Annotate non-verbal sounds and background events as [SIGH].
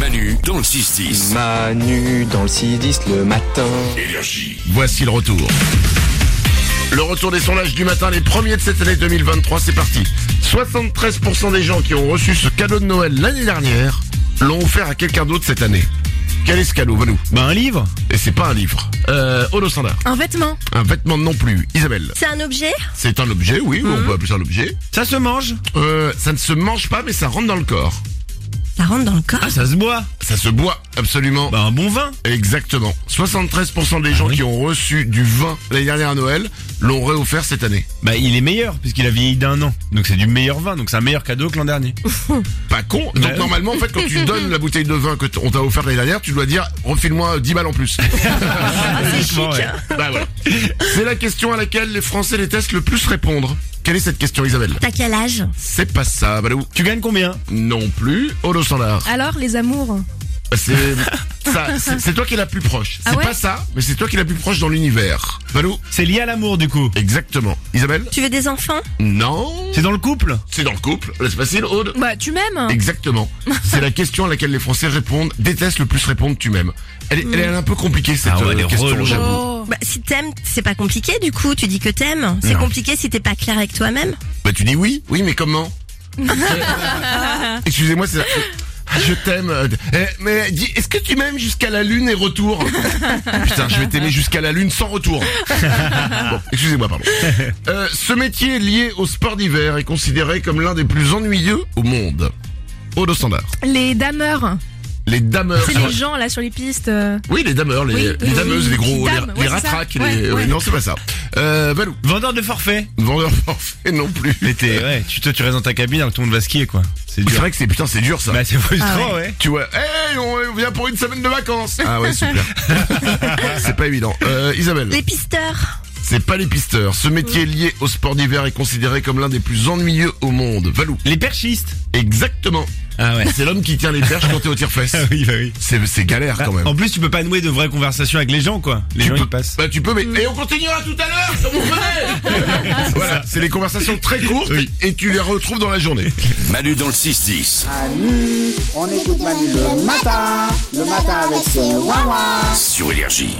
Manu dans le 6-10. Manu dans le 6-10 le matin. Énergie. Voici le retour. Le retour des sondages du matin, les premiers de cette année 2023, c'est parti. 73% des gens qui ont reçu ce cadeau de Noël l'année dernière l'ont offert à quelqu'un d'autre cette année. Quel est ce cadeau, Vanou Bah un livre Et c'est pas un livre. Euh, Olo Sandar. Un vêtement, Un vêtement non plus. Isabelle. c'est un objet C'est un objet, oui, on peut appeler ça un objet. Mmh. Ça se mange Euh, ça ne se mange pas, mais ça rentre dans le corps. Ça rentre dans le corps Ah ça se boit Ça se boit, absolument. Bah un bon vin Exactement. 73% des gens oui. qui ont reçu du vin l'année dernière à Noël l'ont réoffert cette année. Bah il est meilleur puisqu'il a vieilli d'un an. Donc c'est du meilleur vin, donc c'est un meilleur cadeau que l'an dernier. Pas con. bah Donc Ouais. normalement, en fait, quand tu donnes la bouteille de vin que t- on t'a offert l'année dernière, tu dois dire refile-moi 10 balles en plus. Franchement, ouais. [LAUGHS] bah voilà. C'est la question à laquelle les Français détestent le plus répondre. Quelle est cette question, Isabelle T'as quel âge C'est pas ça, Balou. Tu gagnes combien Non plus. Ah. Olo Sandar. Alors, les amours C'est ça. C'est c'est toi qui es la plus proche. C'est Ah ouais pas ça, mais c'est toi qui es la plus proche dans l'univers. Balou. C'est lié à l'amour du coup. Exactement. Isabelle Tu veux des enfants Non. C'est dans le couple C'est dans le couple. Là, C'est facile. Aude Bah, tu m'aimes [LAUGHS] Exactement. C'est la question à laquelle les Français répondent, détestent le plus répondre tu m'aimes. Elle, est- elle est un peu compliquée cette Ah ouais, euh, elle est question, relou. j'avoue. Oh Bah si t'aimes, c'est pas compliqué du coup, tu dis que t'aimes. C'est Non. compliqué si t'es pas clair avec toi-même. Bah tu dis oui, oui mais comment Excusez-moi, c'est je t'aime. euh, eh, Mais dis, est-ce que tu m'aimes jusqu'à la lune et retour [LAUGHS] Putain, je vais t'aimer jusqu'à la lune sans [LAUGHS] retour. Bon, excusez-moi, pardon. Euh, ce métier lié au sport d'hiver est considéré comme l'un des plus ennuyeux au monde. Odo Standard. Les dameurs Les dameurs. C'est les gens, là, sur les pistes euh, Oui, les dameurs, les, Oui, les oui, dameuses, oui. les gros, Les dames, les, ouais, les c'est ça. ratraques, Ouais, les- ouais. non, c'est pas ça. Euh, Valou, Vendeur de forfait vendeur [LAUGHS] forfait non plus. T'es- ouais, tu, toi tu restes dans ta cabine alors que tout le monde va skier quoi. C'est C'est [LAUGHS] dur. vrai que c'est putain, c'est dur ça. Bah c'est frustrant ouais. Tu vois, hey, on vient pour une semaine de vacances. Ah ouais, super. [LAUGHS] c'est pas évident. Euh, Isabelle, Les pisteurs c'est pas les pisteurs. Ce métier lié au sport d'hiver est considéré comme l'un des plus ennuyeux au monde. Valou, Les perchistes exactement. Ah ouais. C'est l'homme qui tient les perches quand t'es au tire-fesse. [LAUGHS] Ah oui bah oui. C'est c'est galère quand même. En plus tu peux pas nouer de vraies conversations avec les gens quoi. Les Tu gens peux- ils passent. Bah tu peux mais et on continuera tout à l'heure comme on [LAUGHS] venait. Voilà, c'est des conversations très courtes Oui. et tu les retrouves dans la journée. Manu dans le 6-10. Manu, on écoute Manu le matin, le matin avec ses wawa. Sur Énergie.